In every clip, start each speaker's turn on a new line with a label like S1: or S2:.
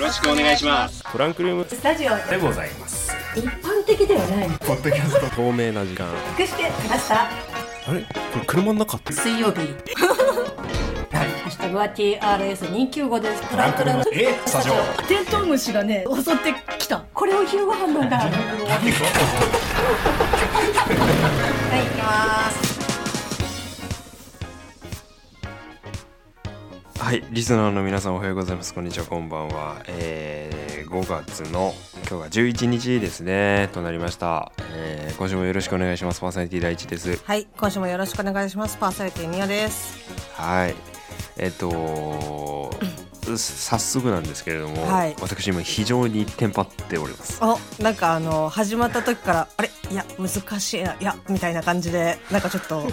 S1: ろしくお願いします
S2: トランクルーム
S3: スタジオ
S2: でございます
S3: 一般的ではない
S4: ポッドキャスト
S2: 透明な時間
S3: 隠してきました
S2: あれこれ車の中って
S3: 水 曜日ハッシュタグは TRS295 ですトランクルーム
S4: えスタジオ
S5: テントウムシがね襲ってきた
S3: これを昼ご飯なんだはい行きます
S2: はいリスナーの皆さんおはようございますこんにちはこんばんはえー、5月の今日が11日ですねとなりました、えー、今週もよろしくお願いしますパーソナリティ第一です
S6: はい、今週もよろしくお願いします。パーソナリティみやです。
S2: はいえっ と早速なんですけれども、
S6: はい
S2: 私今非常にテンパっております
S6: お、なんかあの始まった時からあれいや難しいないやみたいな感じでなんかちょっと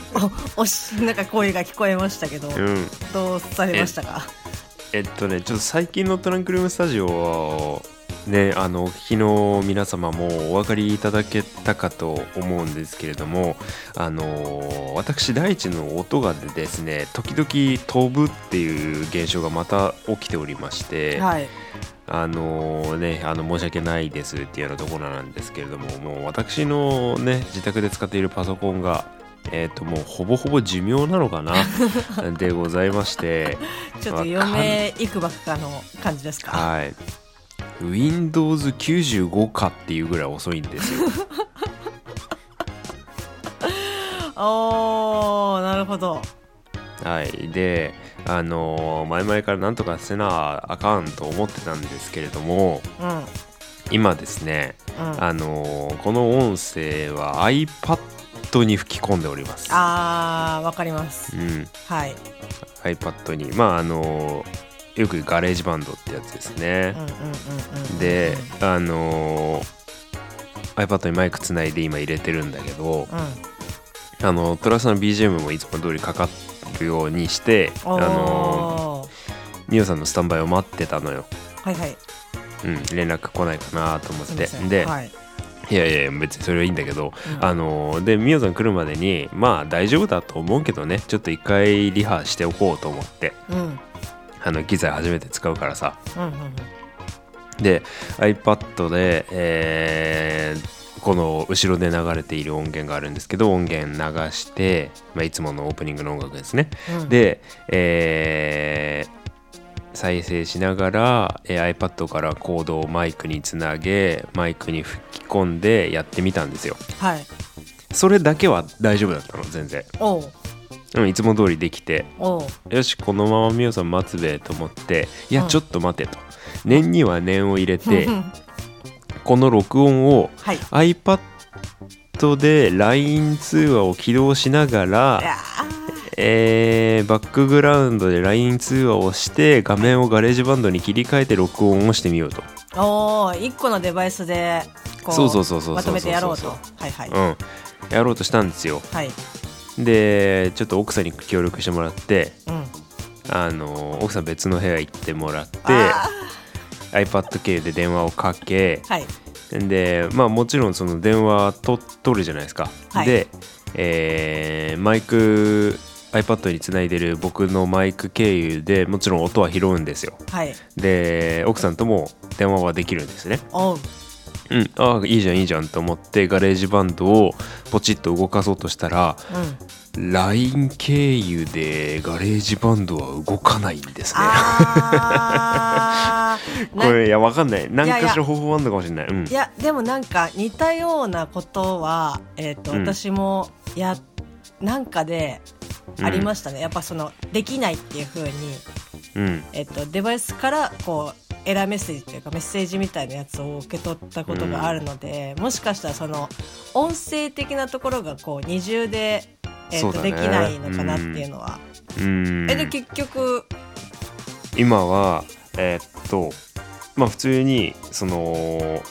S6: おおしなんか声が聞こえましたけど、
S2: うん
S6: どうされましたか。
S2: えっとねちょっと最近のトランクルームスタジオはねあの昨日の皆様もお分かりいただけたかと思うんですけれどもあの私第一の音がですね時々飛ぶっていう現象がまた起きておりまして、
S6: はい。
S2: あのね、あの申し訳ないですっていうようなところなんですけれども、もう私のね、自宅で使っているパソコンが、えっ、と、もうほぼほぼ寿命なのか な、でございまして、
S6: ちょっと嫁いくばくかの感じですか。
S2: はい。Windows95 かっていうぐらい遅いんですよ。
S6: おーなるほど。
S2: はい、で、あの前々からなんとかせなあかんと思ってたんですけれども、
S6: うんうん。
S2: 今ですね、あのこの音声は iPad に吹き込んでおります。
S6: あーわかります
S2: う。ん、
S6: はい。
S2: iPad にまああのよくガレージバンドってやつですね
S6: うんうんうんうん。
S2: であの iPad にマイクつないで今入れてるんだけど
S6: うん。
S2: あのトラスの BGM もいつも通りかかるようにしてあ
S6: おー
S2: のミオさんのスタンバイを待ってたのよ、
S6: はいはい。
S2: うん、連絡来ないかなと思っ
S6: す
S2: て
S6: みま
S2: て
S6: せん。
S2: で、
S6: はい。
S2: い、やいや別にそれはいいんだけど、
S6: うん
S2: あのでミオさん来るまでにまあ大丈夫だと思うけどねちょっと一回リハしておこうと思って
S6: うんうん
S2: あの機材初めて使うからさ
S6: うんうん。
S2: で iPad で、えーこの後ろで流れている音源があるんですけど音源流して、まあ、いつものオープニングの音楽ですね、
S6: うん
S2: で、えー再生しながら、えー iPad からコードをマイクにつなげマイクに吹き込んでやってみたんですよ
S6: はい。
S2: それだけは大丈夫だったの全然
S6: おう
S2: うんいつも通りできて
S6: おう。
S2: よしこのままみおさん待つべと思っていや
S6: うん
S2: ちょっと待てと、念には念を入れてこの録音を
S6: はい。
S2: iPad で LINE 通話を起動しなが
S6: い
S2: ら、
S6: やー
S2: えーバックグラウンドで LINE 通話をして画面をガレージバンドに切り替えて録音をしてみようと。
S6: おお一個のデバイスでこ
S2: そうそうそうそうそうそうそう
S6: まとめてやろうとはいはい、
S2: うんやろうとしたんですよ
S6: はい
S2: でちょっと奥さんに協力してもらって
S6: うん
S2: あの奥さん別の部屋行ってもらって
S6: あ
S2: iPad 系で電話をかけ、
S6: ーはい
S2: でまあもちろんその電話と取るじゃないですか、
S6: はい
S2: で、えーマイク iPad につないでる僕のマイク経由でもちろん音は拾うんですよ
S6: はい
S2: で奥さんとも電話はできるんですね
S6: おう
S2: うんああいいじゃんいいじゃんと思ってガレージバンドをポチッと動かそうとしたら
S6: うん
S2: LINE 経由でガレージバンドは動かないんですね
S6: あー
S2: これいやわかんない
S6: いや
S2: 何かしら方法あるのかもしれないうん
S6: いやでもなんか似たようなことはえっ、と、
S2: うん
S6: 私もやなんかでありま
S2: し
S6: したね、やっぱそのできないっていう風に
S2: たうん
S6: えっと、デバイスからこうエラーメッセージというかメッセージみたいなやつを受け取ったことがあるので、もしかしたらその音声的なところがこう二重で、えっ
S2: そ
S6: と
S2: うだね
S6: できないのかなっていうのは。
S2: うん
S6: えで結局、
S2: 今はえーっとまあ普通にその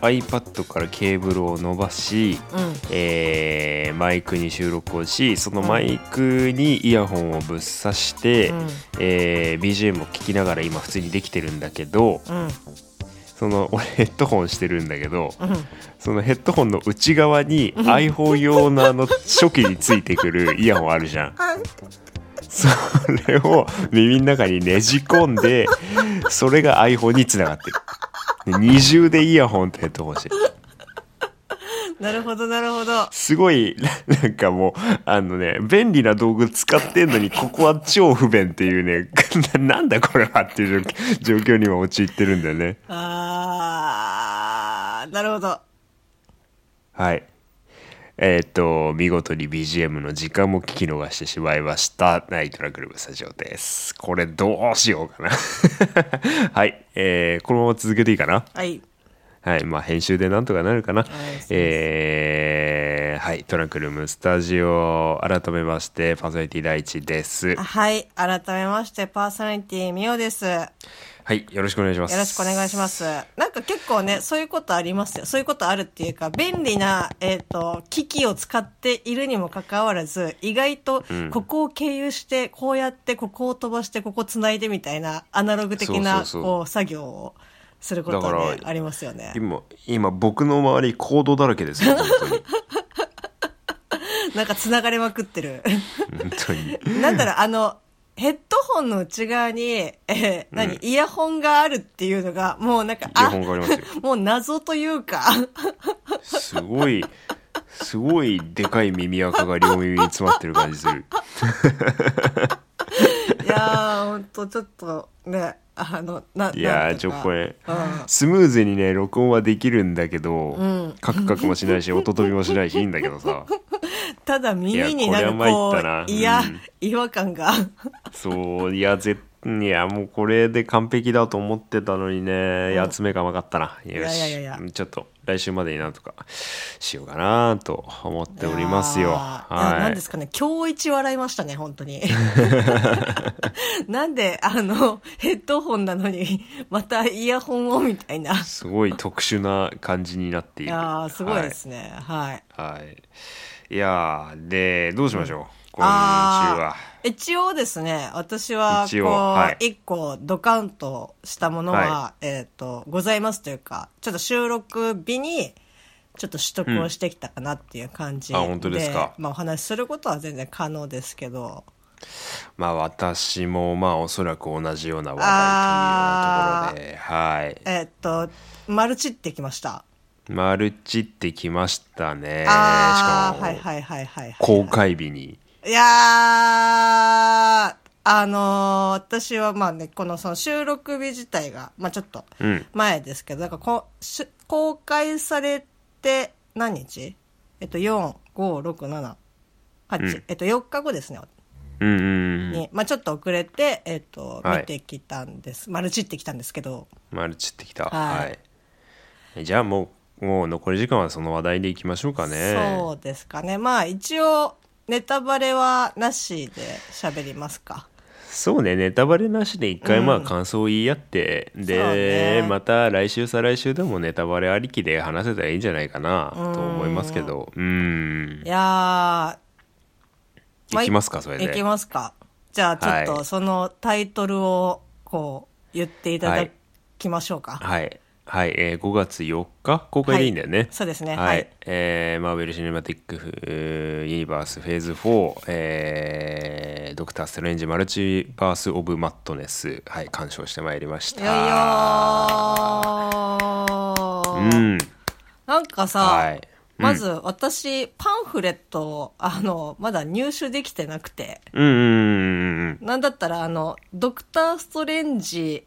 S2: iPad からケーブルを伸ばし、
S6: うん
S2: えーマイクに収録をしそのマイクにイヤホンをぶっ刺して、
S6: うん
S2: えー BGM を聴きながら今普通にできてるんだけど
S6: うん
S2: その 俺ヘッドホンしてるんだけど
S6: うん、
S2: そのヘッドホンの内側に iPhone 用のあの初期についてくるイヤホンあるじゃん。それを耳の中にねじ込んでそれが iPhone につながってるで二重でイヤホンとヘッドホンしてる
S6: なるほどなるほど
S2: すごいななんかもうあのね便利な道具使ってんのにここは超不便っていうね ななんだこれはっていう状況には陥ってるんだよね
S6: あーなるほど
S2: はいえーっと見事に BGM の時間も聞き逃してしまいましたナイトラグルーブスタジオですこれどうしようかな はい、えーこのまま続けていいかな
S6: はい
S2: はい、まあ編集でなんとかなるかな。
S6: です
S2: えーはい、トランクルームスタジオ、改めまして、パーソナリティ第一です
S6: あ。はい改めましてパーソナリティみおですよ
S2: はい、よろしくお願いします。
S6: ろしくお願いしますなんか結構ねそういうことありますよそういうことあるっていうか便利な、えー、と機器を使っているにもかかわらず意外とここを経由して、こうやってここを飛ばしてここつないでみたいなアナログ的な
S2: そうそうそう
S6: こう作業をすること
S2: だ
S6: は、ね
S2: か、ら
S6: ありますよね
S2: 今、今僕の周り、行動だらけですよ、本当 に。
S6: なんかつながれまくってる
S2: 本当に。
S6: なんだろう、あの、ヘッドホンの内側に、えー何、イヤホンがあるっていうのが、もうなんか、
S2: イヤホンがありますよ。
S6: もう謎というか、
S2: すごい、すごいでかい耳垢が両耳に詰まってる感じす る。
S6: いやー、ほんと、ちょっとね、あの、な、
S2: いや
S6: な
S2: ー、
S6: ん
S2: ち
S6: と
S2: ょ
S6: か
S2: これ
S6: うん、
S2: スムーズにね、録音はできるんだけど、
S6: ん
S2: カクカクもしないし、音飛びもしないし、いいんだけどさ。
S6: ただ耳になん
S2: い
S6: か
S2: やこ
S6: こ
S2: れは参ったな
S6: う、いや
S2: うん、
S6: 違和感が。
S2: そういやぜいやもうこれで完璧だと思ってたのにね、いや爪が甘かったなよし
S6: いやいやいやい
S2: ちょっと来週までになんとかしようかなと思っておりますよ
S6: いやーいや
S2: は
S6: なん
S2: い
S6: ですかね、今日一笑いましたね、本当 に。なんで、あの、ヘッドホンなのに、またイヤホンをみたいな。
S2: すごい特殊な感じになってい
S6: い
S2: る
S6: やー、すごいですね。はい
S2: はい、はい、いやーでどうしましょう、今週は
S6: あー一応ですね、私は、こ
S2: 一
S6: う、
S2: 応はい
S6: 一個ドカンとしたものは、
S2: は
S6: えっ、と、ございますというか、ちょっと収録日に、ちょっと取得をしてきたかなっていう感じ
S2: うんあ本当ですか
S6: まあお話しすることは全然可能ですけど。
S2: まあ私もまあおそらく同じような話題というようなところではい
S6: えっ、と、マルチってきました。
S2: マルチってきましたねし
S6: あ
S2: か
S6: あー、
S2: も、
S6: はいはいはいはい、はい。
S2: 公開日に。
S6: いやー、あのー私はまあね、このその収録日自体が、まあちょっと
S2: うん
S6: 前ですけど、なんかこうし公開されて何日えっと、4、5、6、7、8、
S2: うん
S6: えっと、4日後ですね、
S2: うんうんうん。
S6: に、まあちょっと遅れて、えっと、
S2: はい
S6: 見てきたんです。マルチってきたんですけど、
S2: マルチってきた。は。
S6: はい
S2: じゃあもう、もう残り時間はその話題でいきましょうかね。
S6: そうですかね。まあ一応、ネタバレはなしで喋りますか。
S2: そうね、ネタバレなしで一回まあ
S6: うん
S2: 感想を言い合って、
S6: そう
S2: で、
S6: ね
S2: また来週再来週でもネタバレありきで話せたらいいんじゃないかなと思いますけど。うん
S6: い。やー、
S2: いきますか、それで。
S6: いきますか。じゃあちょっ
S2: はい
S6: とそのタイトルをこう言っていた
S2: は
S6: だ
S2: い
S6: きましょうか。
S2: はい。はい、えー5月4日公開でいいんだよね。
S6: はいそうですね
S2: は。
S6: はいい
S2: えーマーベル・シネマティックフ・えーユニバース・フェーズ4、えー、ドクター・ストレンジ・マルチバース・オブ・マットネス、はい、鑑賞してまいりました。
S6: よいよー
S2: うん。
S6: なんかさ、
S2: はいうん
S6: まず私パンフレットをあのまだ入手できてなくて、
S2: うんうんうん
S6: なんだったらあのドクターストレンジ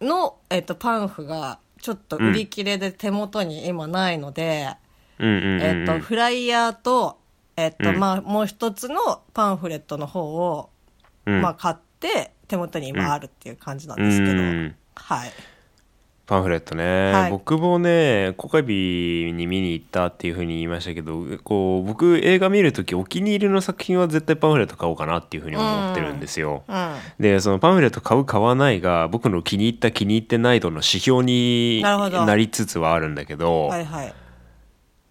S6: のえっとパンフがちょっと売り切れで手元に今ないの
S2: うんう
S6: で。
S2: ん。うんうんうん
S6: えっと、フライヤーと、えっと、
S2: うん
S6: まあ、もう一つのパンフレットの方を、
S2: うん
S6: まあ、買って、手元に今あるっていう感じなんですけど、
S2: うん
S6: はい。
S2: パンフレットね、
S6: はい
S2: 僕もね公開日に見に行ったっていうふうに言いましたけどこう僕映画見るときお気に入りの作品は絶対パンフレット買おうかなっていうふうに思ってるんですよ。
S6: うん。
S2: でそのパンフレット買う買わないが僕の気に入った気に入ってない度の指標に
S6: なるほど
S2: なりつつはあるんだけど
S6: はいはい。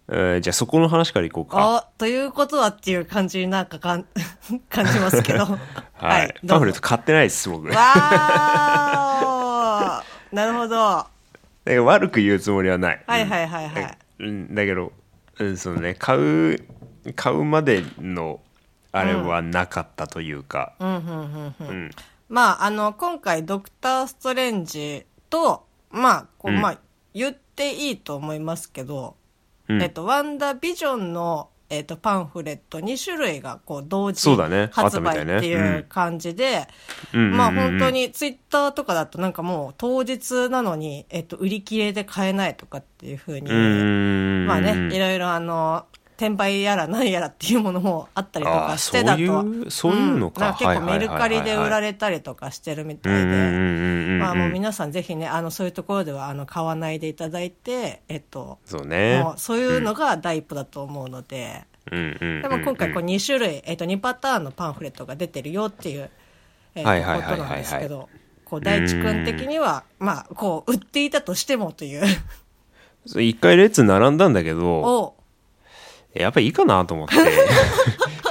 S2: えーじゃあそこの話からいこうか。
S6: あ、ということはっていう感じになんかかん感じますけど。はい
S2: はいパ
S6: ど
S2: ン
S6: う
S2: フ
S6: ぞ
S2: レット買ってないです僕だか
S6: わーおなるほど。は
S2: ら悪く言うつもりはない、
S6: いはいはいはい。
S2: うん、だけど、うん、そのね買う買うまでのあれはなかったというか、
S6: うんうんうんう
S2: うんん
S6: まあ、あの、今回、ドクター・ストレンジと、まあ、こう
S2: うん
S6: まあ、言っていいと思いますけど、
S2: うん
S6: えっと、ワンダービジョンの、えっと、パンフレット2種類が、こう、同時
S2: そうだねあった
S6: 発
S2: みた
S6: 売
S2: いね
S6: っていう感じで、
S2: うんうんうんうん
S6: まあ、本当に、ツイッターとかだと、なんかもう、当日なのに、えっと、売り切れで買えないとかっていうふうに、
S2: うん
S6: まあ
S2: うん
S6: ね、いろいろ、あの、転売やら何やらっていうものもあったりと
S2: あ
S6: か
S2: ー
S6: してだとは
S2: そういうそういうのか
S6: んなん結構
S2: は
S6: メ
S2: いはい
S6: ル
S2: はい
S6: カ
S2: はい
S6: リで売られたりとかしてるみた
S2: うん
S6: い
S2: うんうん
S6: で、
S2: うんうん
S6: まあもう皆さんぜひね、あの、そういうところでは、あの、買わないでいただいて、えっと、
S2: そうね
S6: もうそういうのが第一歩だと思うので、
S2: うんうんうんうん
S6: でも今回こう2種類、えっと、2パターンのパンフレットが出てるよっていう、えっと
S2: はいはいはいはいはい
S6: ことなんですけど、こう、大地君的には、まあ、こう、売っていたとしてもという、
S2: そう一回列並んだんだけど
S6: を、
S2: やっぱりいいかなと 思って引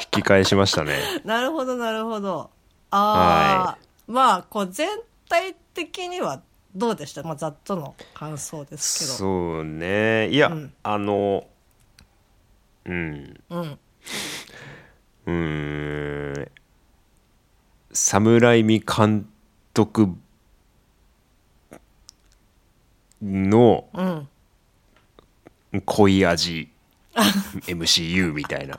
S2: き返しましたね
S6: なるほど、なるほど。ああ、まあ、こう、全体的にはどうでしたまあ、ざっとの感想ですけど。
S2: そうねいや、
S6: うん
S2: あのうん
S6: うん。
S2: うーん侍美監督の
S6: うん。
S2: 濃い 味 MCU みたいな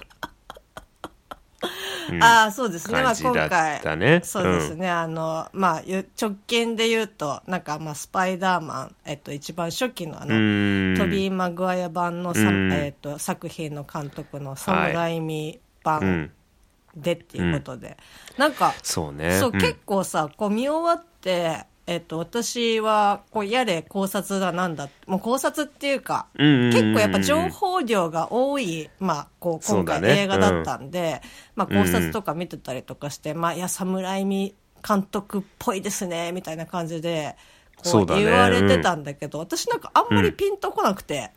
S6: ああ、そうですね。ま
S2: 感
S6: あ、
S2: じ
S6: 今
S2: だっ
S6: 回。
S2: たね。
S6: そうです
S2: ん
S6: ね。あの、まあ、ゆ直近で言うと、なんか、まあ、スパイダーマン、えっと、一番初期のあ
S2: う
S6: の、
S2: ーん
S6: トビー・マグワイア版のさ、
S2: うん
S6: えっと、作品の監督のサムライミ版、
S2: うん、
S6: でっていうことで、なんか
S2: そうね。
S6: そう、
S2: ん
S6: 結構さこう見終わって、えっと私はこうやれ考察だなんだもう考察っていうか、
S2: うんうんうんうん
S6: 結構やっぱ情報量が多い、まあ、こう
S2: そう
S6: 今
S2: だ
S6: 回
S2: ね
S6: の映画だったんで、まあ、考察とか見てたりとかして、まあ、いや侍見監督っぽいですねみたいな感じで
S2: そ
S6: こ
S2: う
S6: う
S2: だね
S6: 言われてたんだけど私なんかあんまりピンとこなくて、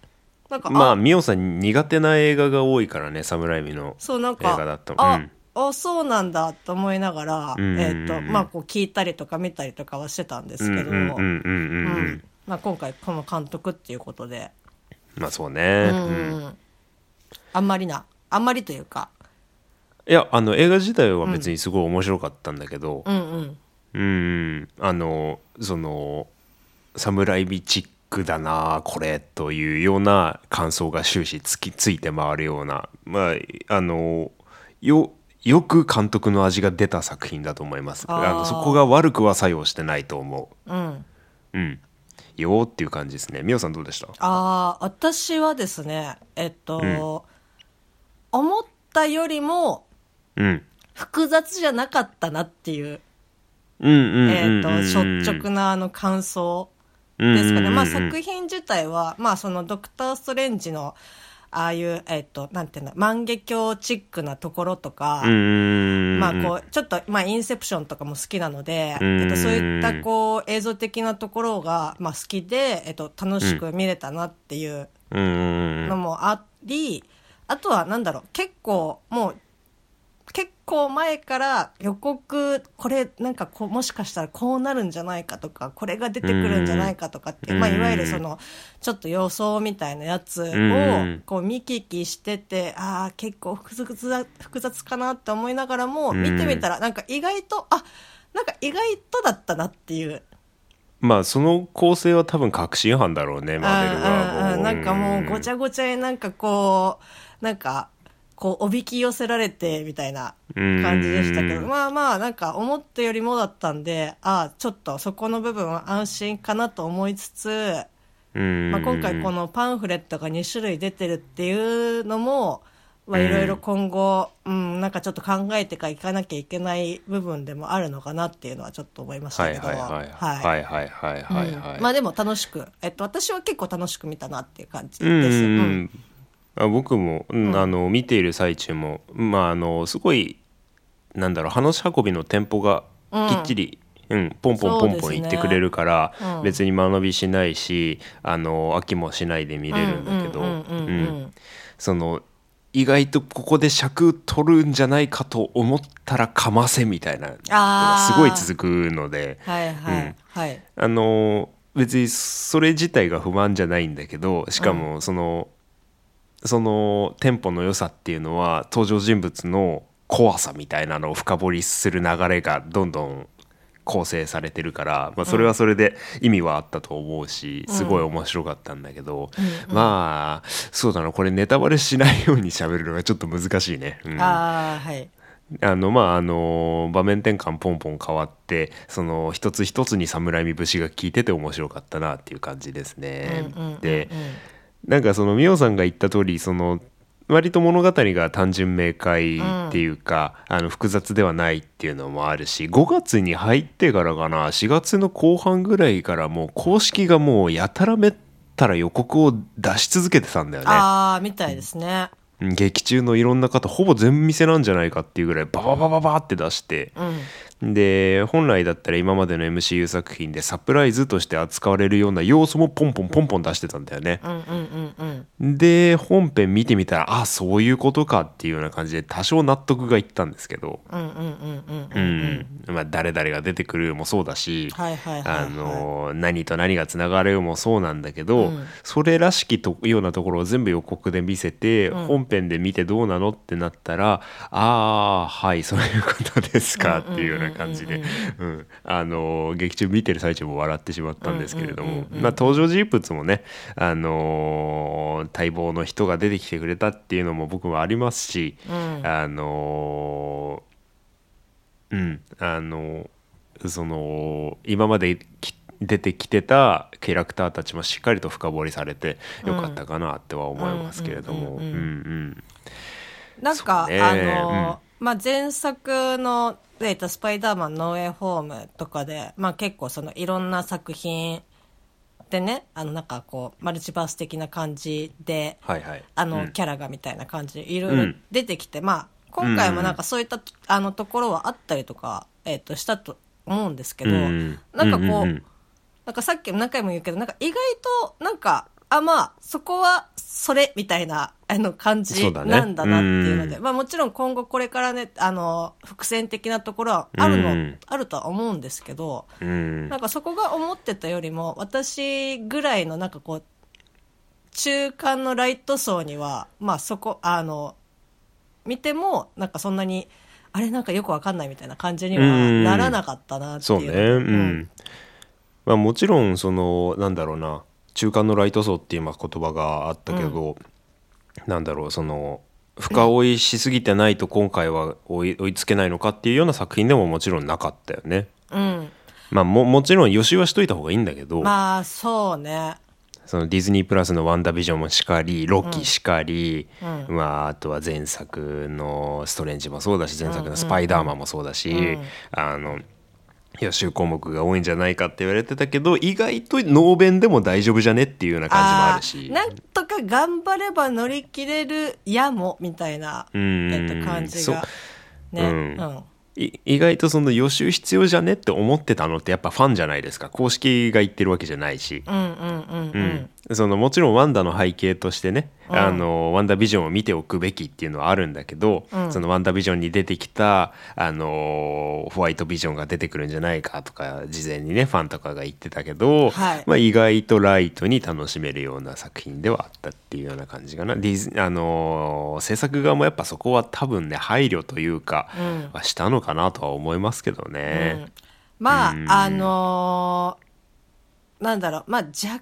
S6: なんか
S2: まあ、ミオさん苦手な映画が多いからね、サムライミの。
S6: そうなんか
S2: 映画だったもん
S6: あ、
S2: うん
S6: あそうなんだと思いながら、
S2: うんうんうん
S6: えっ、とまあこう聞いたりとか見たりとかはしてたんで
S2: う
S6: す
S2: ん
S6: け
S2: うん
S6: ど
S2: うん
S6: も、
S2: うんうんう
S6: うんん。まあ、今回この監督っていうことで、
S2: まあそうね。
S6: うん
S2: うん
S6: あんまりなあんまりというか
S2: いや、あの、映画自体は別にすごい面白かったんだけど、
S6: うんうん
S2: うん、あの、その、サムライミチックだな、これ、というような感想が終始つきついて回るような、まあ、あの、よ、よく監督の味が出た作品だと思います。
S6: あ
S2: あ
S6: ー
S2: のそこが悪くは作用してないと思う。
S6: うん
S2: うん。よーっていう感じですね。みおさんどうでした
S6: ああ私はですねえっと、思ったよりも
S2: うん。
S6: 複雑じゃなかったなっていう、
S2: うんうんうんうん
S6: えっ、
S2: うん
S6: と率直なあの感想ですかね。まあ作品自体は、まあそのドクター・ストレンジの、ああいう、えっ、と、なんていうんだ、万華鏡チックなところとか、
S2: 品
S6: まあこう、ちょっと、まあインセプションとかも好きなので、
S2: うん
S6: えっと、そういったこう、映像的なところが、まあ好きで、えっと、楽しく見れたなっていう
S2: うんうんうん
S6: のもあり、あとはなんだろう、結構もう、結構前から予告、これなんかこう、もしかしたらこうなるんじゃないかとか、これが出てくるんじゃないかとかっていう、
S2: うん
S6: まあいわゆるその、ちょっと予想みたいなやつを
S2: ん、
S6: こう見聞きしてて、ああ、結構複雑だ、複雑かなって思いながらも、
S2: うん
S6: 見てみたらなんか意外と、あ、なんか意外とだったなっていう。
S2: まあその構成は多分確信犯だろうねマーベル
S6: うん
S2: は
S6: うんうんなんかもうごち
S2: ゃ
S6: ゃごちゃになんかこう、なんか、こう、おびき寄せられて、みたいな感じでしたけ
S2: うん
S6: ど、まあまあ、なんか思ったよりもだったんで、ああ、ちょっとそこの部分は安心かなと思いつつ、まあ、今回このパンフレットが2種類出てるっていうのも、まあ、
S2: うん
S6: いろいろ今後、うん、なんかちょっと考えてかいかなきゃいけない部分でもあるのかなっていうのはちょっと思いました
S2: はい
S6: けど。
S2: はいはいはいはいはいはいは
S6: う
S2: い
S6: んまあでも楽しく、えっと、私は結構楽しく見たなっていう感じ
S2: うんうん
S6: です。
S2: う
S6: うん
S2: んあ僕も、うんあの見ている最中も、まあ、あのすごいなんだろう話し運びのテンポがきっちり、うんポンポンポンポ
S6: そう
S2: ン
S6: です
S2: い
S6: ね
S2: ってくれるから、
S6: うん
S2: 別に間延びしないしあの飽きもしないで見れるんだけど
S6: う
S2: うん
S6: うんうんうん
S2: んその意外とここで尺取るんじゃないかと思ったらかませみたいなのが
S6: あー
S2: すごい続くので。
S6: はいはい、
S2: うん
S6: はい。
S2: あの別にそれ自体が不満じゃないんだけどしかもその、そのテンポの良さっていうのは登場人物の怖さみたいなのを深掘りする流れがどんどん構成されてるから、まあ、それはそれで意味はあったと思うし、すごい面白かったんだけど、まあそうだなこれネタバレしないように喋るのがちょっと難しいね。うん
S6: ああはい
S2: あのまああの場面転換ポンポン変わってその一つ一つに侍み節が効いてて面白かったなっていう感じですね。でなんかそのミオさんが言った通りその割と物語が単純明快っていうか、あの複雑ではないっていうのもあるし5月に入ってからかな4月の後半ぐらいからもう公式がもうやたらめったら予告を出し続けてたんだよね。
S6: ああみたいですね
S2: 劇中のいろんな方ほぼ全店なんじゃないかっていうぐらいバババババって出して、で本来だったら今までの MCU 作品でサプライズとして扱われるような要素もポンポンポンポン出してたんだよね、で本編見てみたらあそういうことかっていうような感じで多少納得がいったんですけどうんまあ誰々が出てくるもそうだし、
S6: はいはいはいはい
S2: あの何と何がつながるもそうなんだけど、それらしきとようなところを全部予告で見せて、本編で見てどうなのってなったらああはいそういうことですかっていうような感じでうんあの劇中見てる最中も笑ってしまったんですけれども、まあ、登場人物もね、あのー待望の人が出てきてくれたっていうのも僕もありますし、あのーうん、あのその今までき出てきてたキャラクターたちもしっかりと深掘りされてよかったかなっては思いますけれども、うんうん
S6: なんか、
S2: そうね
S6: あの、まあ、前作の「えっとスパイダーマンノーウェイホーム」とかで、まあ、結構そのいろんな作品でねあのなんかこうマルチバース的な感じで、
S2: はいはい
S6: あの、キャラがみたいな感じでいろいろ出てきて、まあ今回もなんかそういった、あのところはあったりとか、えっとしたと思うんですけど、
S2: うん
S6: なんかこう、
S2: うんうんうん
S6: なんかさっきも何回も言うけどなんか意外となんかあまあそこはそれみたいなあの感
S2: そ
S6: じ
S2: うだね
S6: なんだなっていうので
S2: う
S6: まあ、もちろん今後これからねあの伏線的なところはあるの、
S2: うん
S6: あるとは思うんですけど、
S2: うん
S6: なんかそこが思ってたよりも私ぐらいのなんかこう中間のライト層にはまあそこあの見てもなんかそんなにあれなんかよくわかんないみたいな感じには
S2: うん
S6: ならなかったなって
S2: そ
S6: いう
S2: ねう
S6: う
S2: ん、まあ、もちろんそのなんだろうな中間のライト層っていうまあ言葉があったけど、なんだろうその深追いしすぎてないと今回は追い追いつけないのかっていうような作品でももちろんなかったよね。
S6: うん
S2: まあ、ももちろん予習はしといた方がいいんだけど、
S6: まあそうね
S2: そのディズニープラスの「ワンダービジョン」もしかり「ロキ」しかり、まあ、あとは前作の「ストレンジ」もそうだし前作の「スパイダーマン」もそうだし、あの予習項目が多いんじゃないかって言われてたけど意外と能弁でも大丈夫じゃねっていうような感じもあるし
S6: ーなんとか頑張れば乗り切れるやもみたいな、
S2: うん
S6: えっと、感じがね
S2: う
S6: うんん、
S2: い意外とその予習必要じゃねって思ってたのってやっぱファンじゃないですか公式が言ってるわけじゃないし。
S6: うんうんうんうん
S2: そのもちろんワンダの背景としてね、あのワンダビジョンを見ておくべきっていうのはあるんだけど、そのワンダビジョンに出てきたあのホワイトビジョンが出てくるんじゃないかとか事前にねファンとかが言ってたけど、
S6: はい
S2: まあ、意外とライトに楽しめるような作品ではあったっていうような感じかなディズあの制作側もやっぱそこは多分ね配慮というか、はしたのかなとは思いますけどね。
S6: まあ、あのーなんだろう、まあ、若干や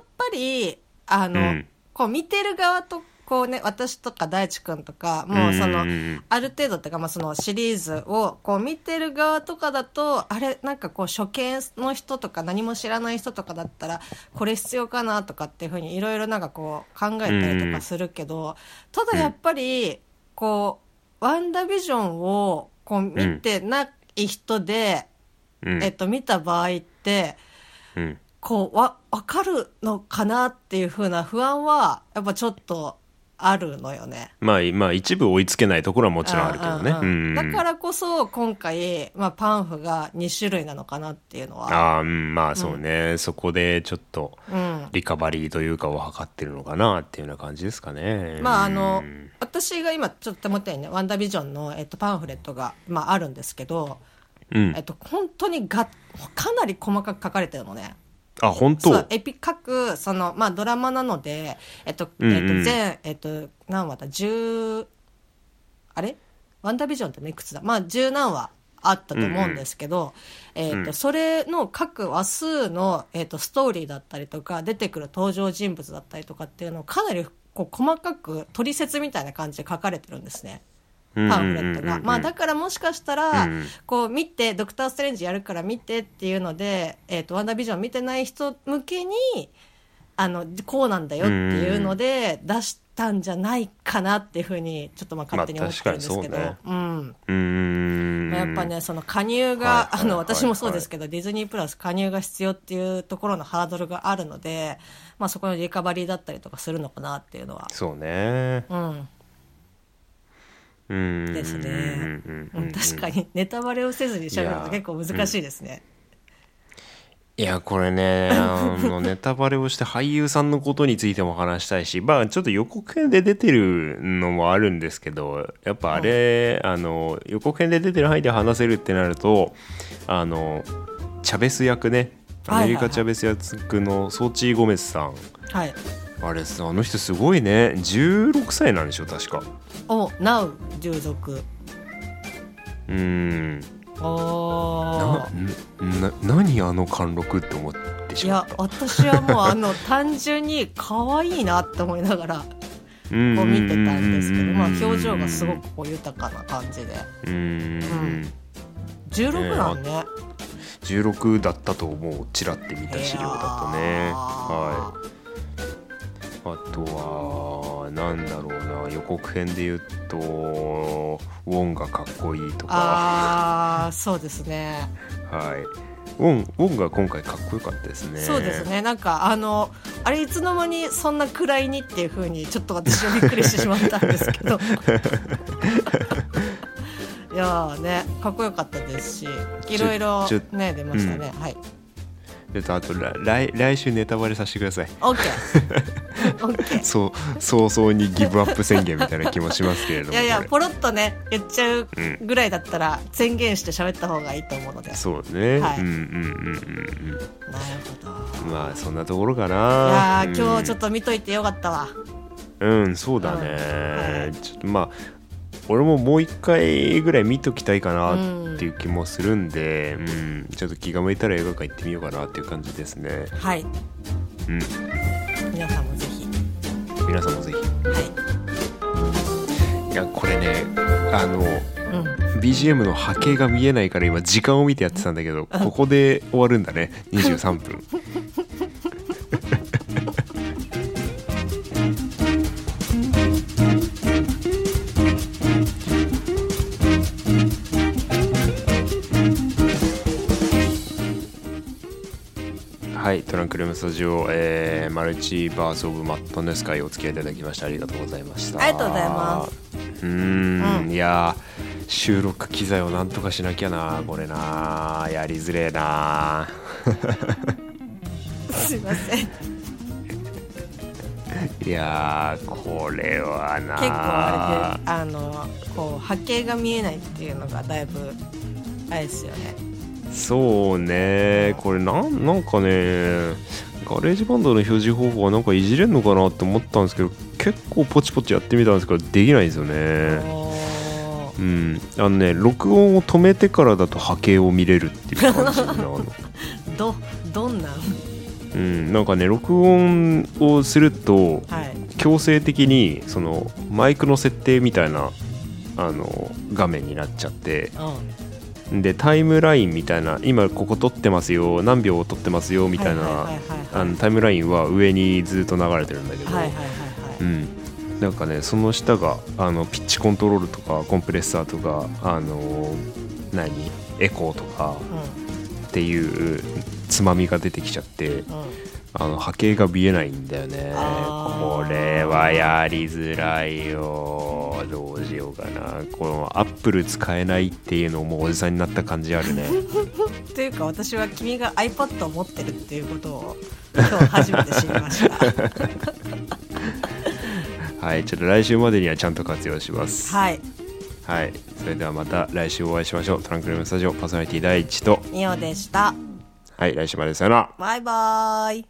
S6: っぱり、あの、
S2: うん
S6: こう見てる側と、こうね、私とか大地くんとか、もうその、
S2: うんうんうん
S6: ある程度っていうか、まあそのシリーズを、こう見てる側とかだと、あれ、なんかこう初見の人とか何も知らない人とかだったら、これ必要かなとかっていうふうにいろいろなんかこう考えたりとかするけど、ただやっぱり、こう、ワンダービジョンを、こう見てない人で、
S2: うん
S6: えっと、見た場合って、
S2: うん
S6: こう、わ、わかるのかなっていう風な不安は、やっぱちょっとあるのよね。
S2: まあ、まあ一部追いつけないところはもちろんあるけどね。
S6: うんうんうん
S2: うん
S6: だからこそ、今回、まあ、パンフが2種類なのかなっていうのは。
S2: ああうんまあそうね、そこでちょっと
S6: うん。
S2: リカバリーというかを図ってるのかなっていうような感じですかね。
S6: まあ、あの
S2: うん、
S6: 私が今、ちょっと手元にね、ワンダービジョンの、えっと、パンフレットが、まあ、あるんですけど、
S2: うん
S6: えっと、本当にが、かなり細かく書かれてるのね。
S2: あ本
S6: そ
S2: 当
S6: う、エピ、各、その、まあ、ドラマなので、えっと、
S2: うんうん
S6: えっと、全、えっと、何話だ、10、あれワンダービジョンってねいくつだまあ十何話あったと思うんですけど、えーと
S2: うん
S6: それの各話数の、えー、とストーリーだったりとか出てくる登場人物だったりとかっていうのをかなりこう細かく取説みたいな感じで書かれてるんですね。パンフレットが。まあだからもしかしたら、
S2: うん
S6: こう見て、ドクター・ストレンジやるから見てっていうので、えっ、と、ワンダービジョン見てない人向けに、あの、こうなんだよっていうので出したんじゃないかなっていうふうに、ちょっとまあ勝手に思ってるんですけど。
S2: まあ確
S6: うん。
S2: うーん
S6: まあやっぱね、その加入
S2: はい
S6: が、
S2: はい
S6: あの、私もそうですけど、ディズニープラス加入が必要っていうところのハードルがあるので、まあそこのリカバリーだったりとかするのかなっていうのは。
S2: そうね
S6: うん。
S2: うん
S6: です
S2: う
S6: ね
S2: んうんうんうん
S6: 確かにネタバレをせずに喋るのは結構難しいですね。
S2: いやこれねあの ネタバレをして俳優さんのことについても話したいしまあちょっと予告編で出てるのもあるんですけどやっぱあれ、あの予告編で出てる範囲で話せるってなるとあのチャベス役ねアメリ
S6: はいはいは
S2: カ・
S6: い
S2: チャベス役のソーチー・ゴメスさん
S6: はい。
S2: あれさあの人すごいね16歳なんでしょ確か
S6: お、なう、従属。
S2: うん
S6: お
S2: なな何あの貫禄って思って
S6: い
S2: しま
S6: や
S2: った、
S6: 私はもうあの、単純に可愛いなって思いながら、こ
S2: こう
S6: う見てたんですけど、まあ表情がすごくこう豊かな感じで。
S2: うん
S6: ん16なんね。
S2: 16だったと思うちらって見た資料だと
S6: い
S2: ね
S6: やー
S2: はいあとはなんだろうな予告編で言うとウォンがかっこいいとか
S6: あー、そうですね。
S2: はいウォンウォンが今回かっこよかったですね
S6: そうですね。なんかあの、あれいつの間にそんな位にっていう風にちょっと私はびっくりしてしまったんですけ ど。いやーね、かっこよかったですし、いろいろ
S2: ちょ
S6: ね出ましたね。はい。
S2: ちょっとあとら来来週ネタバレさせてください
S6: オッケー。オッケー。
S2: そう早々にギブアップ宣言みたいな気もしますけれども
S6: いやいや
S2: これ
S6: ポロッとね言っちゃうぐらいだったら宣言して喋った方がいいと思うので。
S2: そうね、
S6: はい
S2: うんうんうんうん
S6: なるほど。
S2: うんまあそんなところか
S6: い
S2: な
S6: やー今日ちょっ
S2: と
S6: と見といてよかったわ。
S2: うんそうだね、
S6: うん
S2: ちょっとまあ俺ももう一回ぐらい見ときたいかなっていう気もするんで、うんちょっと気が向いたら映画館行ってみようかなっていう感じですね、
S6: はい。
S2: うん、
S6: 皆さんもぜひ。
S2: 皆さんもぜひ
S6: はい
S2: やこれねあの
S6: い。うん。
S2: BGM の波形が見えないから今時間を見てやってたんだけどここで終わるんだね23分はい、トランクルームスタジオ、えーマルチバース・オブ・マットネス会お付き合いいただきましてありがとうございました
S6: ありがとうございます
S2: うーん、
S6: うん
S2: いやー収録機材をなんとかしなきゃなこれなやりづれえな
S6: すいません。結
S2: いやーこれはな
S6: 構あれで、あの、こう波形が見えないっていうのがだいぶ。あれですよね。
S2: そうねこれなんなんかねガレージバンドの表示方法はなんかいじれんのかなって思ったんですけど結構ポチポチやってみたんですけどできないんですよね
S6: おー
S2: うんあのね録音を止めてからだと波形を見れるっていう感じな の
S6: ど、どんなん。
S2: うん、なんかね録音をすると
S6: はい。
S2: 強制的にそのマイクの設定みたいなあの画面になっちゃって
S6: う
S2: でタイムラインみたいな今ここ撮ってますよ何秒撮ってますよみたいな
S6: は
S2: い
S6: はいはいはいはい
S2: あのタイムラインは上にずっと流れてるんだけど、
S6: ん。はいはいはいはい。
S2: うん、なんかねその下があのピッチコントロールとかコンプレッサーとかあの何エコーとか
S6: う
S2: っていうつまみが出てきちゃって。
S6: ん。うん。
S2: あの波形が見えないんだよね
S6: あ
S2: こ
S6: ー
S2: れはやりづらいよどうしようかなこのアップル使えないっていうのもおじさんになった感じある ね
S6: というか私は君が iPad を持ってるっていうことを今日初めて知りました。
S2: はいちょっと来週までにはちゃんと活用します
S6: はい、
S2: はい、それではまた来週お会いしましょうトランクルームスタジオパーソナリティ第一と
S6: ミオでした。
S2: はい来週までさよなら
S6: バイバイ。